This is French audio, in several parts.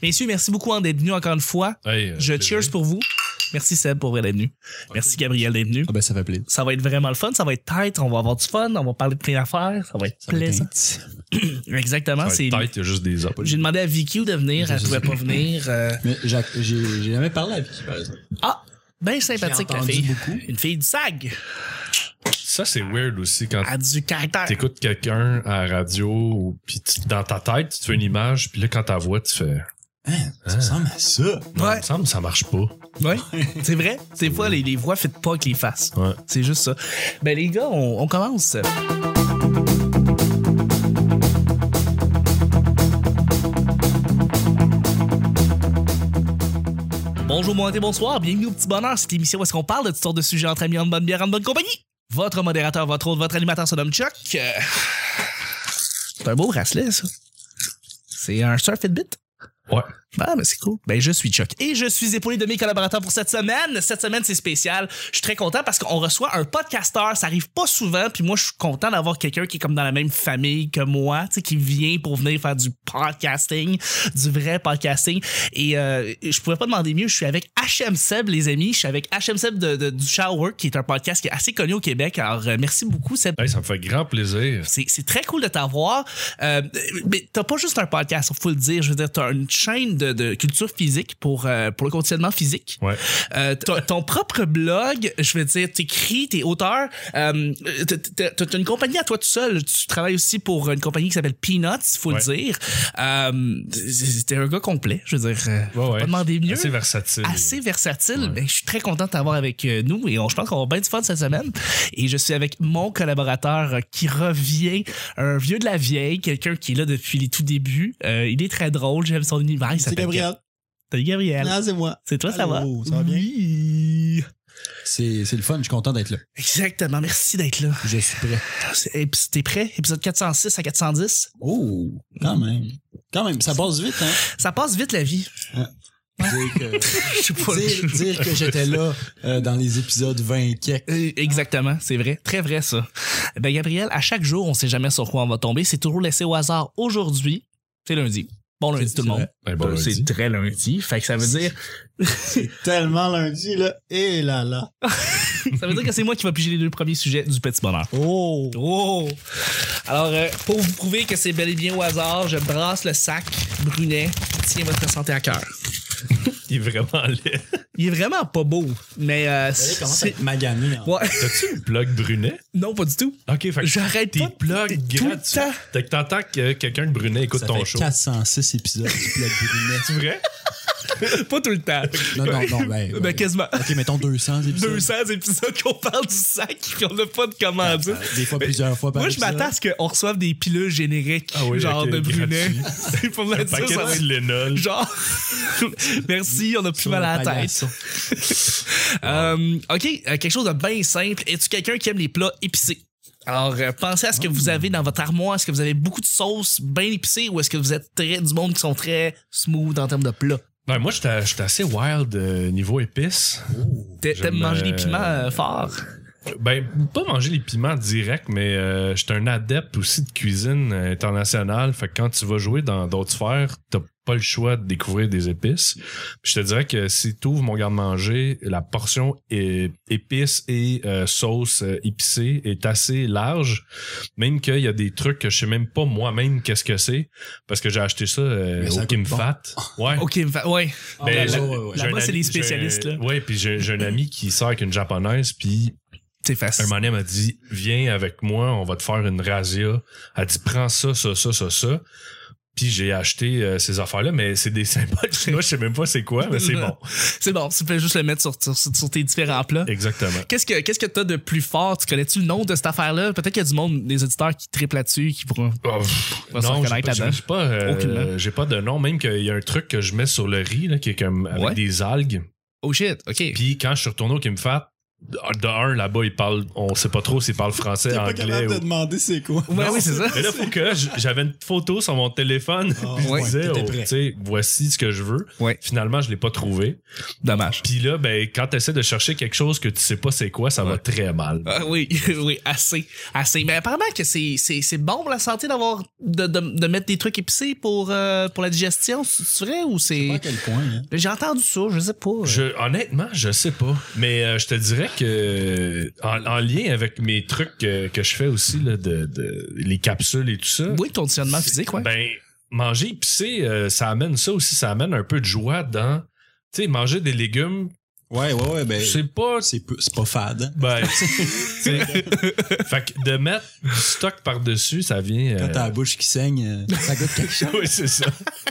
Messieurs, merci beaucoup hein, d'être venus encore une fois. Hey, euh, Je plaisir. cheers pour vous. Merci Seb pour vrai d'être venu. Merci Gabriel d'être venu. Ah ben ça fait plaisir. Ça va être vraiment le fun, ça va être tight, on va avoir du fun, on va parler de plein d'affaires, ça va être Ça va plaisant. être un- Exactement, Ça va c'est être tight, il y a juste des appels. j'ai demandé à Vicky où de venir, elle Je sais pouvait pas. pas venir. euh, Mais Jacques, j'ai j'ai jamais parlé à Vicky, par exemple. Ah, ben sympathique J'ai la entendu fille. beaucoup. Une fille du SAG, Ça, c'est weird aussi quand elle a du caractère. t'écoutes quelqu'un à la radio, ou- puis tu- dans ta tête, tu te fais une image, puis là, quand ta voix, tu fais. Hein, ça ressemble à ça. Non, Ouais. il me semble que ça marche pas. Ouais, c'est vrai. Des fois, les, les voix ne pas avec les faces. Ouais. C'est juste ça. Ben les gars, on, on commence. Bonjour, bon matin, bonsoir. Bienvenue au Petit Bonheur, cette émission où est-ce qu'on parle de toutes sortes de sujets entre amis, en bonne bière, en bonne compagnie. Votre modérateur, votre hôte, votre animateur se nomme Chuck. Euh, C'est un beau bracelet, ça. C'est un Sir Fitbit. Ouais. Ah, mais c'est cool. Ben, je suis Chuck. Et je suis épaulé de mes collaborateurs pour cette semaine. Cette semaine, c'est spécial. Je suis très content parce qu'on reçoit un podcasteur. Ça arrive pas souvent. Puis moi, je suis content d'avoir quelqu'un qui est comme dans la même famille que moi, tu sais, qui vient pour venir faire du podcasting, du vrai podcasting. Et euh, je pouvais pas demander mieux. Je suis avec HM Seb, les amis. Je suis avec HM Seb de, de- du Shower, qui est un podcast qui est assez connu au Québec. Alors, euh, merci beaucoup, Seb. Hey, ça me fait grand plaisir. C'est c'est très cool de t'avoir. Euh, mais t'as pas juste un podcast, faut le dire. Je veux dire, t'as une chaîne de, de culture physique pour, euh, pour le conditionnement physique. Ouais. Euh, t'as ton propre blog, je veux dire, t'écris, t'es auteur. Euh, t'as- t'as t'as une compagnie à toi tout seul. Tu travailles aussi pour une compagnie qui s'appelle Peanuts, faut Ouais. le dire. Euh, T'es un gars complet, je veux dire. euh, Ouais, ouais. Pas demander mieux Assez versatile. assez versatile. Ben, je suis très content de t'avoir avec euh, nous et on, je pense qu'on va bien du fun cette semaine. Et je suis avec mon collaborateur euh, qui revient, un vieux de la vieille, quelqu'un qui est là depuis les tout débuts. Euh, il est très drôle, j'aime son univers. il C'est s'appelle Gabriel. Ga- Salut Gabriel. Non, c'est moi. C'est toi, ça va? Allô, ça va bien? Oui. C'est c'est le fun, je suis content d'être là. Exactement, merci d'être là. Je suis prêt. C'est- et puis, T'es prêt? Épisode 406 à 410. Oh, quand même. Quand même, ça passe vite, hein? Ça passe vite la vie. Dire que, Je sais pas. dire, dire que j'étais là euh, dans les épisodes 20 quelques. Euh, Exactement, c'est vrai. Très vrai, ça. Ben, Gabriel, à chaque jour, on sait jamais sur quoi on va tomber. C'est toujours laissé au hasard. Aujourd'hui, c'est lundi. Bon lundi, C'est tout le monde. vrai. Ben, bon, c'est lundi. très lundi. Fait que ça veut dire, Tellement lundi, là. Et là là. ça veut dire que c'est moi qui va piger les deux premiers sujets du petit bonheur. Oh! Oh! Alors, euh, pour vous prouver que c'est bel et bien au hasard, je brasse le sac brunet. Tiens votre santé à cœur. Il est vraiment laid. Il est vraiment pas beau, mais euh, Elle commence à c'est... être maganée. hein. Ouais. T'as-tu une plug brunet? non, pas du tout. Ok, fait que J'arrête tes pas. plugs tout le gratuits. temps. Fait que t'entends que quelqu'un de brunet écoute Ça ton fait show. 406 épisodes du Club Brunet. C'est vrai? Pas tout le temps. Non, non, non, ben. Ben, ben, quasiment. Ok, mettons 200 épisodes. 200 épisodes qu'on parle du sac puis on n'a pas de commande. Ah, bah, Des fois, plusieurs fois par Moi, je épisode. m'attends à ce qu'on reçoive des pilules génériques, Ah oui, genre ok, de Brunet. gratuit. C'est pour me Un dire paquet ça. va de être- Tylenol. Genre, merci, on a plus Sur mal à le la tête. paillasson. Euh, ok, euh, quelque chose de bien simple. Es-tu quelqu'un qui aime les plats épicés? Alors, euh, pensez à ce que vous avez dans votre armoire. Est-ce que vous avez beaucoup de sauces bien épicées ou est-ce que vous êtes très, du monde qui sont très smooth en termes de plats? Ben, moi, j'étais j'étais assez wild euh, niveau épices. T'a- J'aime, T'aimes manger des euh, piments euh, forts? Ben, pas manger les piments directs, mais euh, j'étais un adepte aussi de cuisine euh, internationale. Fait que quand tu vas jouer dans d'autres sphères, t'as pas le choix de découvrir des épices. Puis je te dirais que si t'ouvres mon garde-manger, la portion é- épices et euh, sauce euh, épicée est assez large. Même qu'il y a des trucs que je sais même pas moi-même qu'est-ce que c'est. Parce que j'ai acheté ça, euh, Mais ça au coûte Kim bon. Fat. Ouais. Ok, fa- ouais. Ben, Ah, là- ouais, ouais, ouais. j'ai Là-bas, un c'est ami- les spécialistes, j'ai un- là. Ouais, puis j'ai j'ai un ami qui sort avec une japonaise, puis C'est un facile. moment donné, elle m'a dit Viens avec moi, on va te faire une razzia. Elle dit Prends ça, ça, ça, ça, ça. Puis j'ai acheté euh, ces affaires-là, mais c'est des symboles chinois, je sais même pas c'est quoi, mais Ah, ben, c'est bon. C'est bon, tu peux juste le mettre sur, sur, sur tes différents plats. Exactement. Qu'est-ce que qu'est-ce que t'as de plus fort? Tu connais-tu le nom de cette affaire-là? Peut-être qu'il y a du monde, des auditeurs qui triplent là-dessus, qui pourront. Oh, pff, On va se non, j'ai reconnaître pas, là-dedans. j'ai pas, euh, Aucunement. j'ai pas de nom, même qu'il y a un truc que je mets sur le riz, là, qui est comme avec Ouais. des algues. Oh shit, ok. Puis quand je suis retourné au Kim Fat, de un, là-bas, ils parlent, on sait pas trop s'ils parlent français, T'es pas anglais capable de ou. demander c'est quoi. Ouais, oui, c'est ça. Mais là, faut que j- j'avais une photo sur mon téléphone. Ah, puis je ouais, disais, t'étais oh, prêt. tu sais, voici ce que je veux. Ouais. Finalement, je l'ai pas trouvé. Dommage. Puis là, ben, quand t'essaies de chercher quelque chose que tu sais pas c'est quoi, ça va très mal. Ah oui, oui, assez, assez. Mais apparemment que c'est, c'est, c'est bon pour la santé d'avoir de, de, de mettre des trucs épicés pour, euh, pour la digestion, c'est vrai ou Pas à c'est... quel point, hein. J'ai entendu ça, je sais pas. Je, honnêtement, je sais pas. Mais euh, je te dirais que en, en lien avec mes trucs que, que je fais aussi, là, de, de- les capsules et tout ça. Oui, conditionnement physique, ouais. Ben, manger épicé, euh, ça amène ça aussi, ça amène un peu de joie dans. Tu sais, manger des légumes, Ouais, ouais, ouais. Ben, je sais pas. c'est peu- c'est pas fade. Ben, tu sais, fait que de mettre du stock par-dessus, ça vient. Quand euh, t'as la bouche qui saigne, euh, ça goûte quelque chose. oui, c'est ça.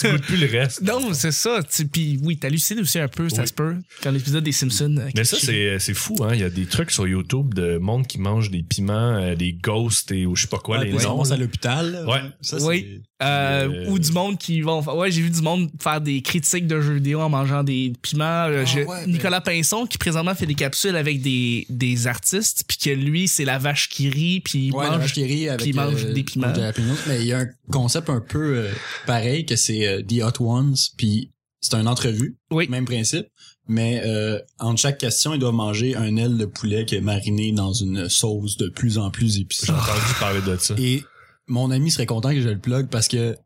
tu goûtes plus le reste. Non, c'est ça. tu- Puis oui, t'hallucines aussi un peu, ça Oui. se peut, quand l'épisode des Simpsons. euh, Mais qui- ça, c'est, c'est fou, hein. Il y a des trucs sur YouTube de monde qui mange des piments, euh, des ghosts et ou je sais pas quoi, Ouais, les puis ils noms. sont à l'hôpital. là. Ouais. Ça, c'est- Oui. Euh, Euh, Ou du monde qui vont. fa- Ouais, j'ai vu du monde faire des critiques de jeux vidéo en mangeant des piments. Euh, Ah j'ai- ouais, mais- Nicolas Pinson, qui présentement fait des capsules avec des, des artistes, puis que lui, c'est la vache qui rit, puis il Ouais, la mange. vache qui rit avec qui mange des piments. de la pinotte, mais il y a un concept un peu euh, pareil que c'est euh, The Hot Ones, puis c'est une entrevue, Oui. même principe, mais euh, entre chaque question, ils doivent manger un aile de poulet qui est mariné dans une sauce de plus en plus épicée. J'ai entendu parler de ça. Et mon ami serait content que je le plug parce que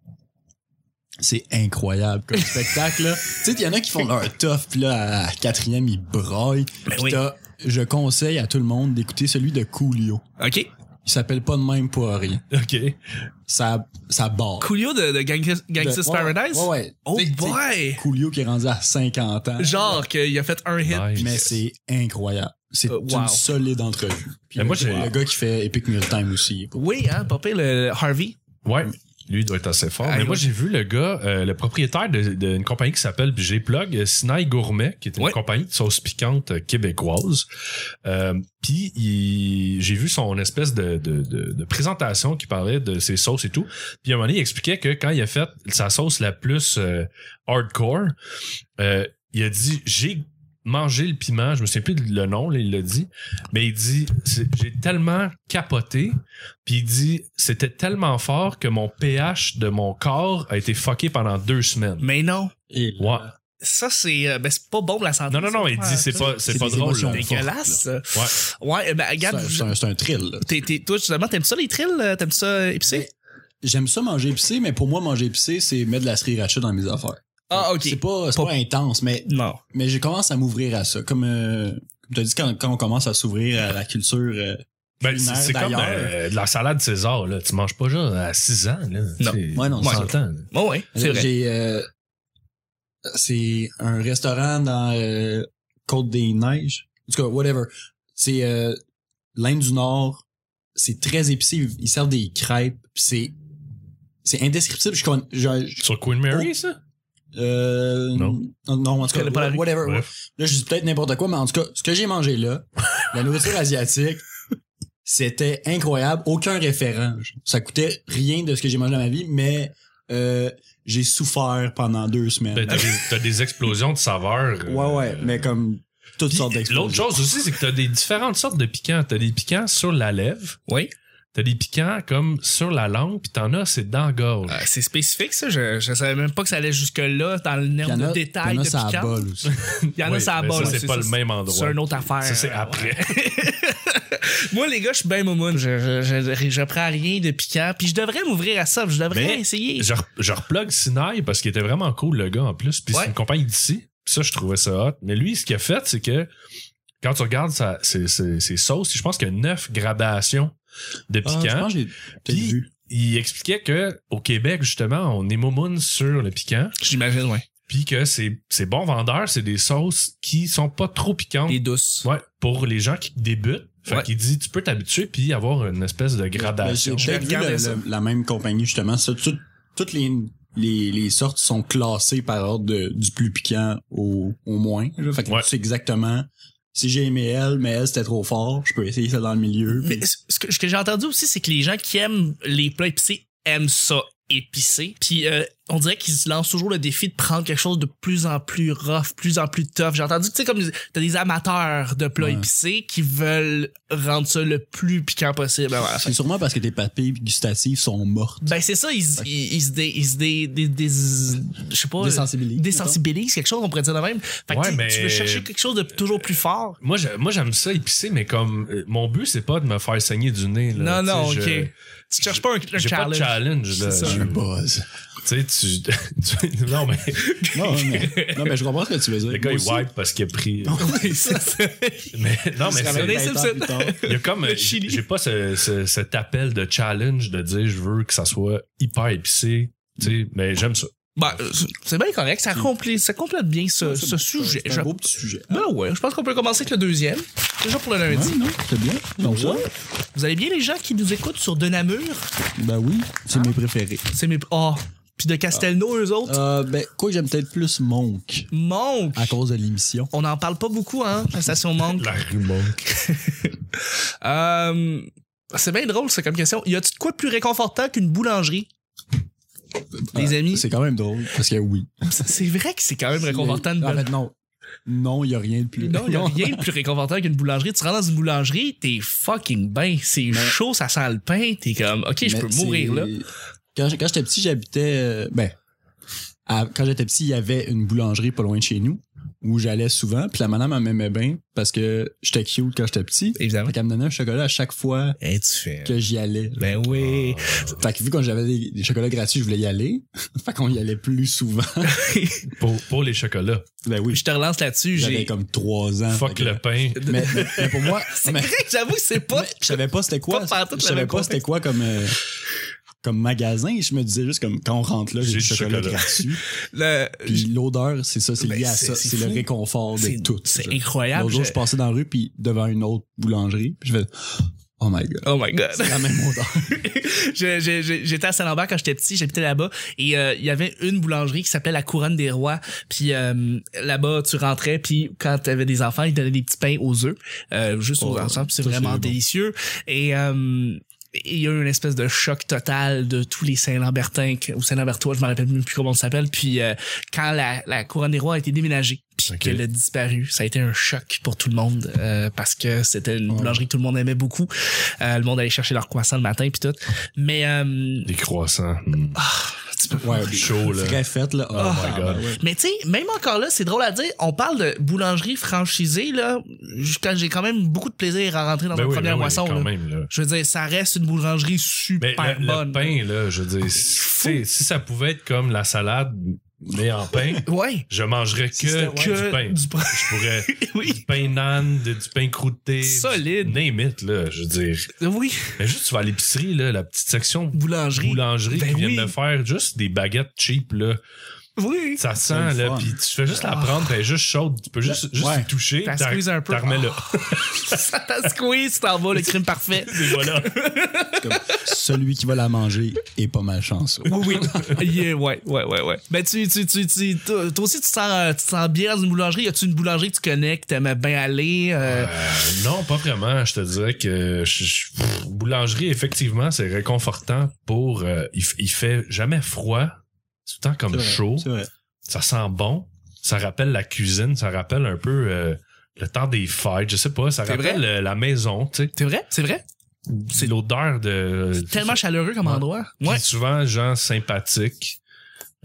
c'est incroyable comme spectacle. là. Tu sais, il y en a qui font leur tough, puis là, à quatrième, ils braillent. Puis Ben oui. t'as- je conseille à tout le monde d'écouter celui de Coolio. OK. Il s'appelle pas de même pour rien. OK. Ça, ça barre. Coolio de, de Gang- Gangsta's De- ouais, Paradise. Ouais, ouais. Oh T'sais, t'sais, boy! Coolio qui est rendu à 50 ans. Genre qu'il a fait un hit. Nice. Mais c'est incroyable. C'est Euh, wow. Ben, une solide entrevue. Puis Mais le, moi, j'ai- le gars qui fait Epic Meal Time aussi. Oui, hein, papa, le Harvey. Ouais. Lui doit être assez fort. Ah, Mais moi, oui. j'ai vu le gars, euh, le propriétaire de- d'une compagnie qui s'appelle puis j'ai Plug, euh, Sinai Gourmet, qui est une Ouais. compagnie de sauce piquante euh, québécoise. Euh, Puis il- j'ai vu son espèce de, de, de, de présentation qui parlait de ses sauces et tout. Puis à un moment donné, il expliquait que quand il a fait sa sauce la plus euh, hardcore, euh, il a dit j'ai mangé le piment, je me souviens plus de- le nom, là, il l'a dit, mais il dit c'est- j'ai tellement capoté, puis il dit c'était tellement fort que mon pH de mon corps a été fucké pendant deux semaines. Mais non. Et Ouais. Ça, c'est. euh, Ben, c'est pas bon pour la santé. Non non non, ça, il ouais, dit c'est ça. pas c'est c'est pas des drôle. émotions là. fortes, Dégueulasse. ça. Ouais. Ouais, ben, c'est regarde, un- c'est un, c'est un thrill. là. T'es- t'es- toi, justement, t'aimes ça les trills? euh, T'aimes ça euh, épicé? Ben, J'aime ça manger épicé, mais pour moi, manger épicé, c'est mettre de la sriracha dans mes affaires. Ah, ok. C'est pas, c'est Pas- pas intense, mais, Non. mais je commence à m'ouvrir à ça. Comme, euh, comme tu as dit, quand, quand on commence à s'ouvrir à la culture euh, Ben, c'est culinaire c'est comme d'ailleurs. euh, de la salade César là, tu manges pas genre à 6 ans là. Non. Ouais, non, on c'est s'entend. Oh, ouais, c'est vrai. J'ai euh, c'est un restaurant dans euh, Côte des Neiges. En tout cas, whatever. C'est euh, l'Inde du Nord. C'est très épicé. Ils- Ils servent des crêpes. puis C'est c'est indescriptible. Je, con- je- je- Sur Queen Oh. Mary ça euh, Non. non, en Je tout connais pas la cas, rue. whatever. Bref. Là, je dis peut-être n'importe quoi, mais en tout cas, ce que j'ai mangé là, la nourriture asiatique, c'était incroyable. Aucun référent. Ça coûtait rien de ce que j'ai mangé dans ma vie, mais euh, j'ai souffert pendant deux semaines. Ben, T'as des, t'as des explosions de saveurs. euh, ouais, ouais, mais comme toutes Puis, sortes d'explosions. L'autre chose aussi, c'est que t'as des différentes sortes de piquants. T'as des piquants sur la lèvre. Oui. T'as des piquants comme sur la langue, puis t'en as, c'est dans la gorge. Euh, c'est spécifique, ça. Je, je savais même pas que ça allait jusque-là, dans le nerf Il y en a- de détail il y en a de ça à piquant. bol aussi. Il y en a, Oui, ça à mais bol. ça, c'est pas le même endroit. C'est une autre affaire. Ça, c'est Euh, après. Moi, les gars, je suis bien moumoune. Je, je, je, je prends rien de piquant. Puis je devrais m'ouvrir à ça. Je devrais Mais- essayer. Je, re- je replogue Sinaï parce qu'il était vraiment cool, le gars, en plus. Puis Ouais. c'est une compagnie d'ici. Puis ça, je trouvais ça hot. Mais lui, ce qu'il a fait, c'est que quand tu regardes sa, ses, ses- ses sauces, je pense qu'il y a neuf gradations de Ah, piquants. je pense que j'ai peut-être Puis- vu. Il expliquait que au Québec, justement, on est momoune sur le piquant. J'imagine, ouais. Puis que c'est c'est bons vendeurs, c'est des sauces qui sont pas trop piquantes. Les douces. Ouais, pour les gens qui débutent. Fait Ouais. qu'il dit, tu peux t'habituer puis avoir une espèce de gradation. Ben, j'ai Je vais peut-être vu regarder le- ça. le- la même compagnie, justement. Ça, tout- toutes les, les, les sortes sont classées par ordre de- du plus piquant au, au moins. là. Fait que Ouais. tu sais exactement si j'ai aimé elle, mais elle, c'était trop fort. Je peux essayer ça dans le milieu. Mais ce ce que, ce que j'ai entendu aussi, c'est que les gens qui aiment les plats épicés aiment ça épicé. Puis euh, on dirait qu'ils se lancent toujours le défi de prendre quelque chose de plus en plus rough, plus en plus tough. J'ai entendu que tu sais comme t'as des amateurs de plats Ouais. épicés qui veulent rendre ça le plus piquant possible. avant la fin. C'est sûrement parce que tes papilles gustatives sont mortes. Ben c'est ça, ils ils ils se dé, ils se dé, dé, dé- je sais pas, Désensibilisent, désensibilisent, quelque chose, on pourrait dire de même. Fait que Ouais, tu sais, mais- tu veux chercher quelque chose de toujours plus fort. Moi, j'ai- moi, j'aime ça épicé, mais comme euh, mon but, c'est pas de me faire saigner du nez. là. non non, Tu ok. sais, Tu cherches pas un, un je- J'ai pas de challenge. challenge. là. C'est ça. Je- Je buzz. Tu sais, tu- tu. Non, mais Non, mais, non, mais je comprends ce que tu veux dire. le gars, il Moi aussi, wipe parce qu'il a pris. Oui, ça, c'est- Mais, non, mais se c'est- ramène vingt ans plus tard. Il y a comme. euh, chili. J'ai pas ce- ce- cet appel de challenge de dire je veux que ça soit hyper épicé. Tu sais, mais j'aime ça. Ben, euh, c'est bien correct, ça complète, ça complète bien ce, C'est- ce sujet. C'est Je- un beau petit sujet. Ben ouais, je pense qu'on peut commencer avec le deuxième. Déjà pour le lundi. Ouais, non, c'est bien. Donc ça, Vous allez bien les gens qui nous écoutent sur De Namur? ben oui, c'est mes préférés. C'est mes... Ah! Puis de Castelnau, eux autres? Euh, ben, quoi que j'aime peut-être plus Monk Monk! à cause de l'émission. On n'en parle pas beaucoup, hein, la station Monk. La rue Monk. Euh, c'est bien drôle, ça, comme question. Y a-tu de quoi de plus réconfortant qu'une boulangerie? Les Euh, amis, C'est quand même drôle parce que oui. c'est vrai que c'est quand même réconfortant de En fait, non. Non, il n'y a rien de plus. Non, il n'y a rien de plus réconfortant qu'une boulangerie. Tu rentres dans une boulangerie, t'es fucking bien. C'est chaud, ça sent le pain. T'es comme, OK, je Mais peux c'est- mourir là. Quand, j'- quand j'étais petit, j'habitais. euh, Ben, à- quand j'étais petit, il y avait une boulangerie pas loin de chez nous où j'allais souvent. Puis la madame, elle m'aimait bien parce que j'étais cute quand j'étais petit. Évidemment. Fait qu'elle me donnait un chocolat à chaque fois Et tu fais. que Ah. j'y allais. Ben oui. Fait que vu que j'avais des, des chocolats gratuits, je voulais y aller. fait qu'on y allait plus souvent. Pour, pour les chocolats. Ben Je te relance là-dessus. J'avais J'ai. comme trois ans. Fuck Fait que- le pain. Mais, mais- mais pour moi, C'est mais- vrai que j'avoue, c'est pas. mais je savais pas c'était quoi. Pas partout Je le savais même pas c'était quoi comme, euh, comme magasin. Je me disais juste comme quand on rentre là, j'ai du chocolat gratuit. le- Puis l'odeur, c'est ça, c'est Ben, lié à c'est- ça. c'est C'est le fou. réconfort C'est de tout. C'est ça. incroyable. L'autre jour, je- je passais dans la rue, puis devant une autre boulangerie, puis je fais Oh my god. Oh my god. C'est la même odeur. Je- je- je- J'étais à Saint-Lambert quand j'étais petit, j'habitais là-bas et euh, il y avait une boulangerie qui s'appelait la Couronne des Rois. Puis euh, là-bas, tu rentrais, puis quand tu avais des enfants, ils donnaient des petits pains aux œufs, euh, juste aux Oh, enfants, puis c'est ça, c'est vraiment bon. délicieux. Et euh, et il y a eu une espèce de choc total de tous les Saint-Lambertins que- ou Saint-Lambertois, je me rappelle même plus comment on s'appelle. Puis euh, quand la, la Couronne des Rois a été déménagée, puis Ok. qu'elle a disparu, ça a été un choc pour tout le monde euh, parce que c'était une Ouais. boulangerie que tout le monde aimait beaucoup. Euh, le monde allait chercher leur croissant le matin puis tout. Mais euh, ah, Des croissants. Mm. tu peux pas Ouais, rire. Chaud, là. Très faite, là. Oh, my God. ouais. Mais tu sais, même encore là, c'est drôle à dire, on parle de boulangerie franchisée, là, j- quand j'ai quand même beaucoup de plaisir à rentrer dans Ben ma oui, première ben oui, moisson. quand là. même, là. Je veux dire, ça reste une boulangerie Mais super le, le bonne. pain, là, je veux dire, si, si ça pouvait être comme la salade, mais en pain, Ouais. je mangerais Si que, c'était- que du pain. du pain. Je pourrais oui, du pain nan, de- du pain croûté. du- Solide. Name it, là, je veux dire. oui, Mais juste, tu vas à l'épicerie, là, la petite section boulangerie. boulangerie Ben qui viennent oui. de faire juste des baguettes cheap, là. Oui. Ça C'est le sent, là, fun. puis tu fais juste la Ah. prendre, elle est juste chaude. Tu peux juste, juste Ouais. y toucher. T'as t'en- squeeze un peu. t'en remets là. ça t'a squeeze, tu t'en vas, le crime parfait. Et voilà. Comme, celui qui va la manger est pas malchanceux. Oui, oui. Yeah, ouais, ouais, ouais, ouais. Ben, tu, tu, tu, tu, toi toi aussi, tu te sens, euh, tu te sens bien dans une boulangerie. Y a-tu une boulangerie que tu connais, que t'aimais bien aller? euh, Euh, non, pas vraiment. Je te dirais que je- je- pff, boulangerie, effectivement, c'est réconfortant pour. euh, il, f- il fait jamais froid. C'est tout le temps C'est comme vrai, chaud. C'est vrai. Ça sent bon. Ça rappelle la cuisine. Ça rappelle un peu euh, le temps des fêtes. Je sais pas. Ça C'est rappelle euh, la maison. Tu sais, C'est vrai, c'est vrai. c'est l'odeur de. Tellement chaleureux comme Ouais. endroit. Puis Ouais. souvent, gens sympathiques.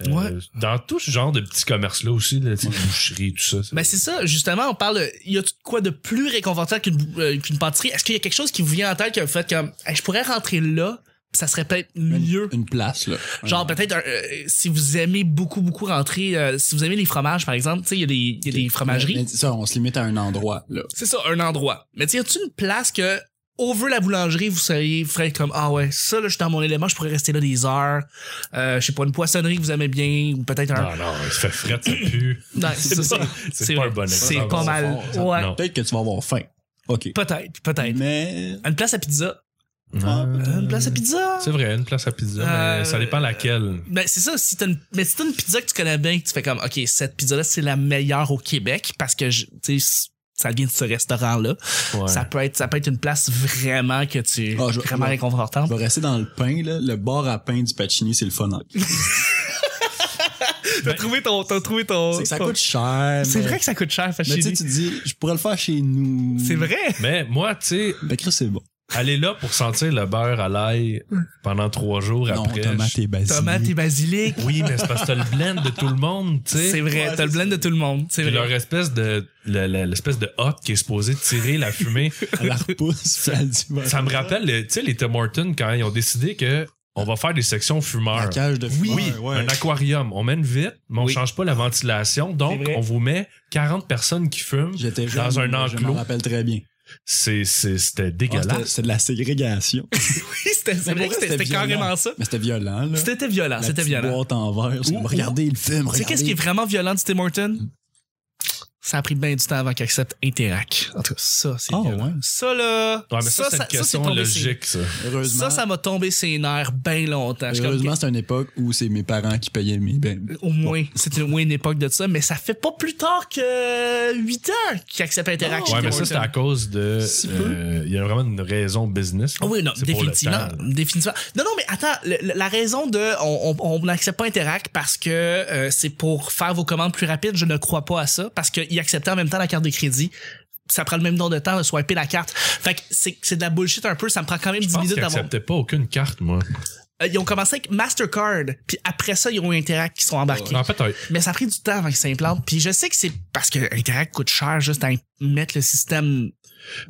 Euh, Ouais. Dans tout ce genre de petits commerces-là aussi, là, tu sais, boucherie, tout ça. Ben c'est ça, justement, on parle, de- y a quoi de plus réconfortant qu'une bou- euh, qu'une pâtisserie? Est-ce qu'il y a quelque chose qui vous vient en tête que vous faites comme, Hey, je pourrais rentrer là, pis ça serait peut-être mieux? Une, une place, là. Genre peut-être un- euh, si vous aimez beaucoup beaucoup rentrer, euh, si vous aimez les fromages par exemple, tu sais il y a des, il y a des fromageries. Mais- mais Ça, on se limite à un endroit, là. C'est ça, un endroit. Mais tu y a-tu une place que, over la boulangerie, vous seriez, vous feriez comme, ah ouais, ça, là, je suis dans mon élément, je pourrais rester là des heures. Euh, je sais pas, une poissonnerie que vous aimez bien, ou peut-être un. Non, non, il fait fret, ça pue. Non, ça, pas- c'est pas vrai. un bon C'est exemple. pas mal. Ça- ouais. Non. Peut-être que tu vas avoir faim. OK. Peut-être, peut-être. Mais. Une place à pizza. Euh, Une place à pizza. C'est vrai, une place à pizza, Euh, mais ça dépend laquelle. Ben, c'est ça, si t'as une, mais si t'as une pizza que tu connais bien, que tu fais comme, OK, cette pizza-là, c'est la meilleure au Québec parce que, je- tu sais, ça vient de ce restaurant-là. Ouais. Ça peut être, ça peut être une place vraiment que tu, Ah, je- vraiment je- réconfortante. Oh, On va rester dans le pain, là. Le bar à pain du Pacini, c'est le fun. hein. T'as trouvé ton. T'as trouvé ton. C'est que ça ton- coûte cher. oh. C'est mais- vrai que ça coûte cher, fait chez Mais tu sais, lui. tu te dis, je pourrais le faire chez nous. C'est vrai. Mais moi, tu sais, Ben, Chris, c'est bon. aller là pour sentir le beurre à l'ail pendant trois jours non, après. tomate et basilic. Tomate et basilic. je- Oui, mais c'est parce que t'as le blend de tout le monde, tu sais. C'est vrai, Ouais, t'as le c'est blend de tout le monde. C'est Puis vrai. leur espèce de le- le- l'espèce de hotte qui est supposée tirer la fumée. Elle la repousse. puis elle dit, ben, ça me rappelle, le- tu sais, les Tim Hortons quand ils ont décidé que on va faire des sections La fumeurs. cage de Oui, fumeur, ouais. un aquarium. On mène vite, mais on Oui. change pas la ventilation. Donc, C'est vrai. on vous met 40 personnes qui fument. J'étais jeune, Dans un Je enclos. me rappelle très bien. C'est- c'est- C'était Ah, c'était- dégueulasse. c'était de la ségrégation. Oui, c'était c'est vrai Mais pour que vrai, c'était c'était c'était carrément violent. ça. Mais c'était violent, là. C'était violent, La c'était petite violent. boîte en verre. Ouh, ouh. regardez le film, Tu regardez. sais, qu'est-ce qui est vraiment violent du Tim Horton? Ça a pris bien du temps avant qu'il accepte Interac. En tout cas, ça, c'est Ah, violent. ouais. Ça, là. Ouais, mais ça, c'est une question tombé ses- logique, ça. Ah, Heureusement, Ça, ça m'a tombé ses nerfs bien longtemps. Je suis comme, heureusement c'est une époque où c'est mes parents qui payaient mes ben. au moins, c'était au moins une époque de ça, mais ça fait pas plus tard que 8 ans qu'il accepte Interac. Ouais, chez mais Tim ça, c'est Hortons. à cause de. Si peu. euh, Il y a vraiment une raison business. Ah Oui, non, C'est pour le définitivement. temps. Définitivement. Non, non, mais attends, le- le- la raison de on on- on n'accepte pas Interac parce que euh, c'est pour faire vos commandes plus rapides, je ne crois pas à ça, parce qu'il acceptait en même temps la carte de crédit. Ça prend le même nombre de temps de swiper la carte. Fait que c'est c'est de la bullshit un peu, ça me prend quand même Je 10 pense minutes qu'ils d'avoir. acceptaient pas aucune carte, moi. Euh, Ils ont commencé avec Mastercard, puis après ça, ils ont eu Interac qui sont embarqués. Non, en fait, euh, Mais ça a pris du temps avant qu'ils s'implantent. Puis je sais que c'est parce que Interac coûte cher juste à mettre le système.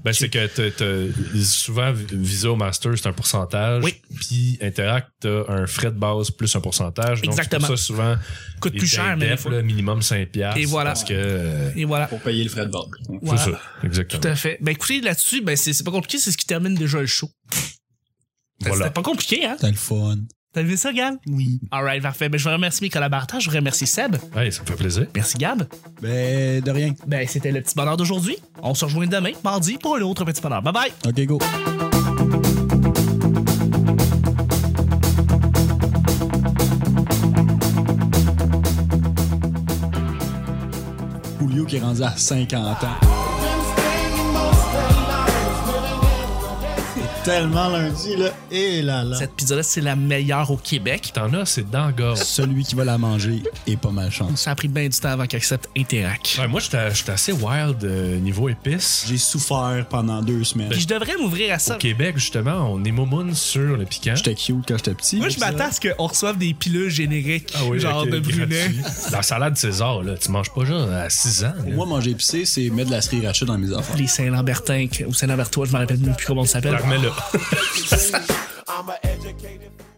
ben, c'est que t'as- t'as- souvent, vi- Visa au Master, c'est un pourcentage. Oui. Puis Interact, t'as un frais de base plus un pourcentage. Donc, c'est pour Exactement. ça, souvent, coûte les plus cher, mais. indefs, là, minimum 5 piastres. Et voilà. Parce que. euh, Et voilà. pour payer le frais de bord. C'est Voilà. ça, exactement. Tout à fait. Ben écoutez, là-dessus, ben c'est c'est pas compliqué, c'est ce qui termine déjà le show. Voilà. C'était pas compliqué, hein? T'as le fun. T'as vu ça, Gab? Oui. Alright, parfait. Ben je vais remercier mes collaborateurs, je remercie Seb. Hey, ça me fait plaisir. Merci Gab. Ben, de rien. Ben c'était le petit bonheur d'aujourd'hui. On se rejoint demain, mardi, pour un autre petit bonheur. Bye bye! OK, go. Julio qui est rendu à 50 ans. C'est Tellement lundi, là. Et là, là. Cette pizza-là, c'est la meilleure au Québec. T'en as, c'est dans la gorge. Celui qui va la manger est pas malchance. Ça a pris bien du temps avant qu'ils acceptent Interac. Ouais, moi, j'étais j'étais assez wild euh, niveau épices. J'ai souffert pendant deux semaines. Puis Ben, je devrais m'ouvrir à ça. Au Québec, justement, on est moumoune sur le piquant. J'étais cute quand j'étais petit. Moi, je m'attends à ce qu'on reçoive des pilules génériques, genre Ah ok, de Brunet. gratuit. La salade César, là, tu manges pas genre à 6 ans. là. Moi, manger épicé, c'est mettre de la sriracha dans mes affaires. Les Saint-Lambertin, que- ou Saint-Lambertois, je m'en rappelle même plus comment on s'appelle. L'armée, là. I'm an educated.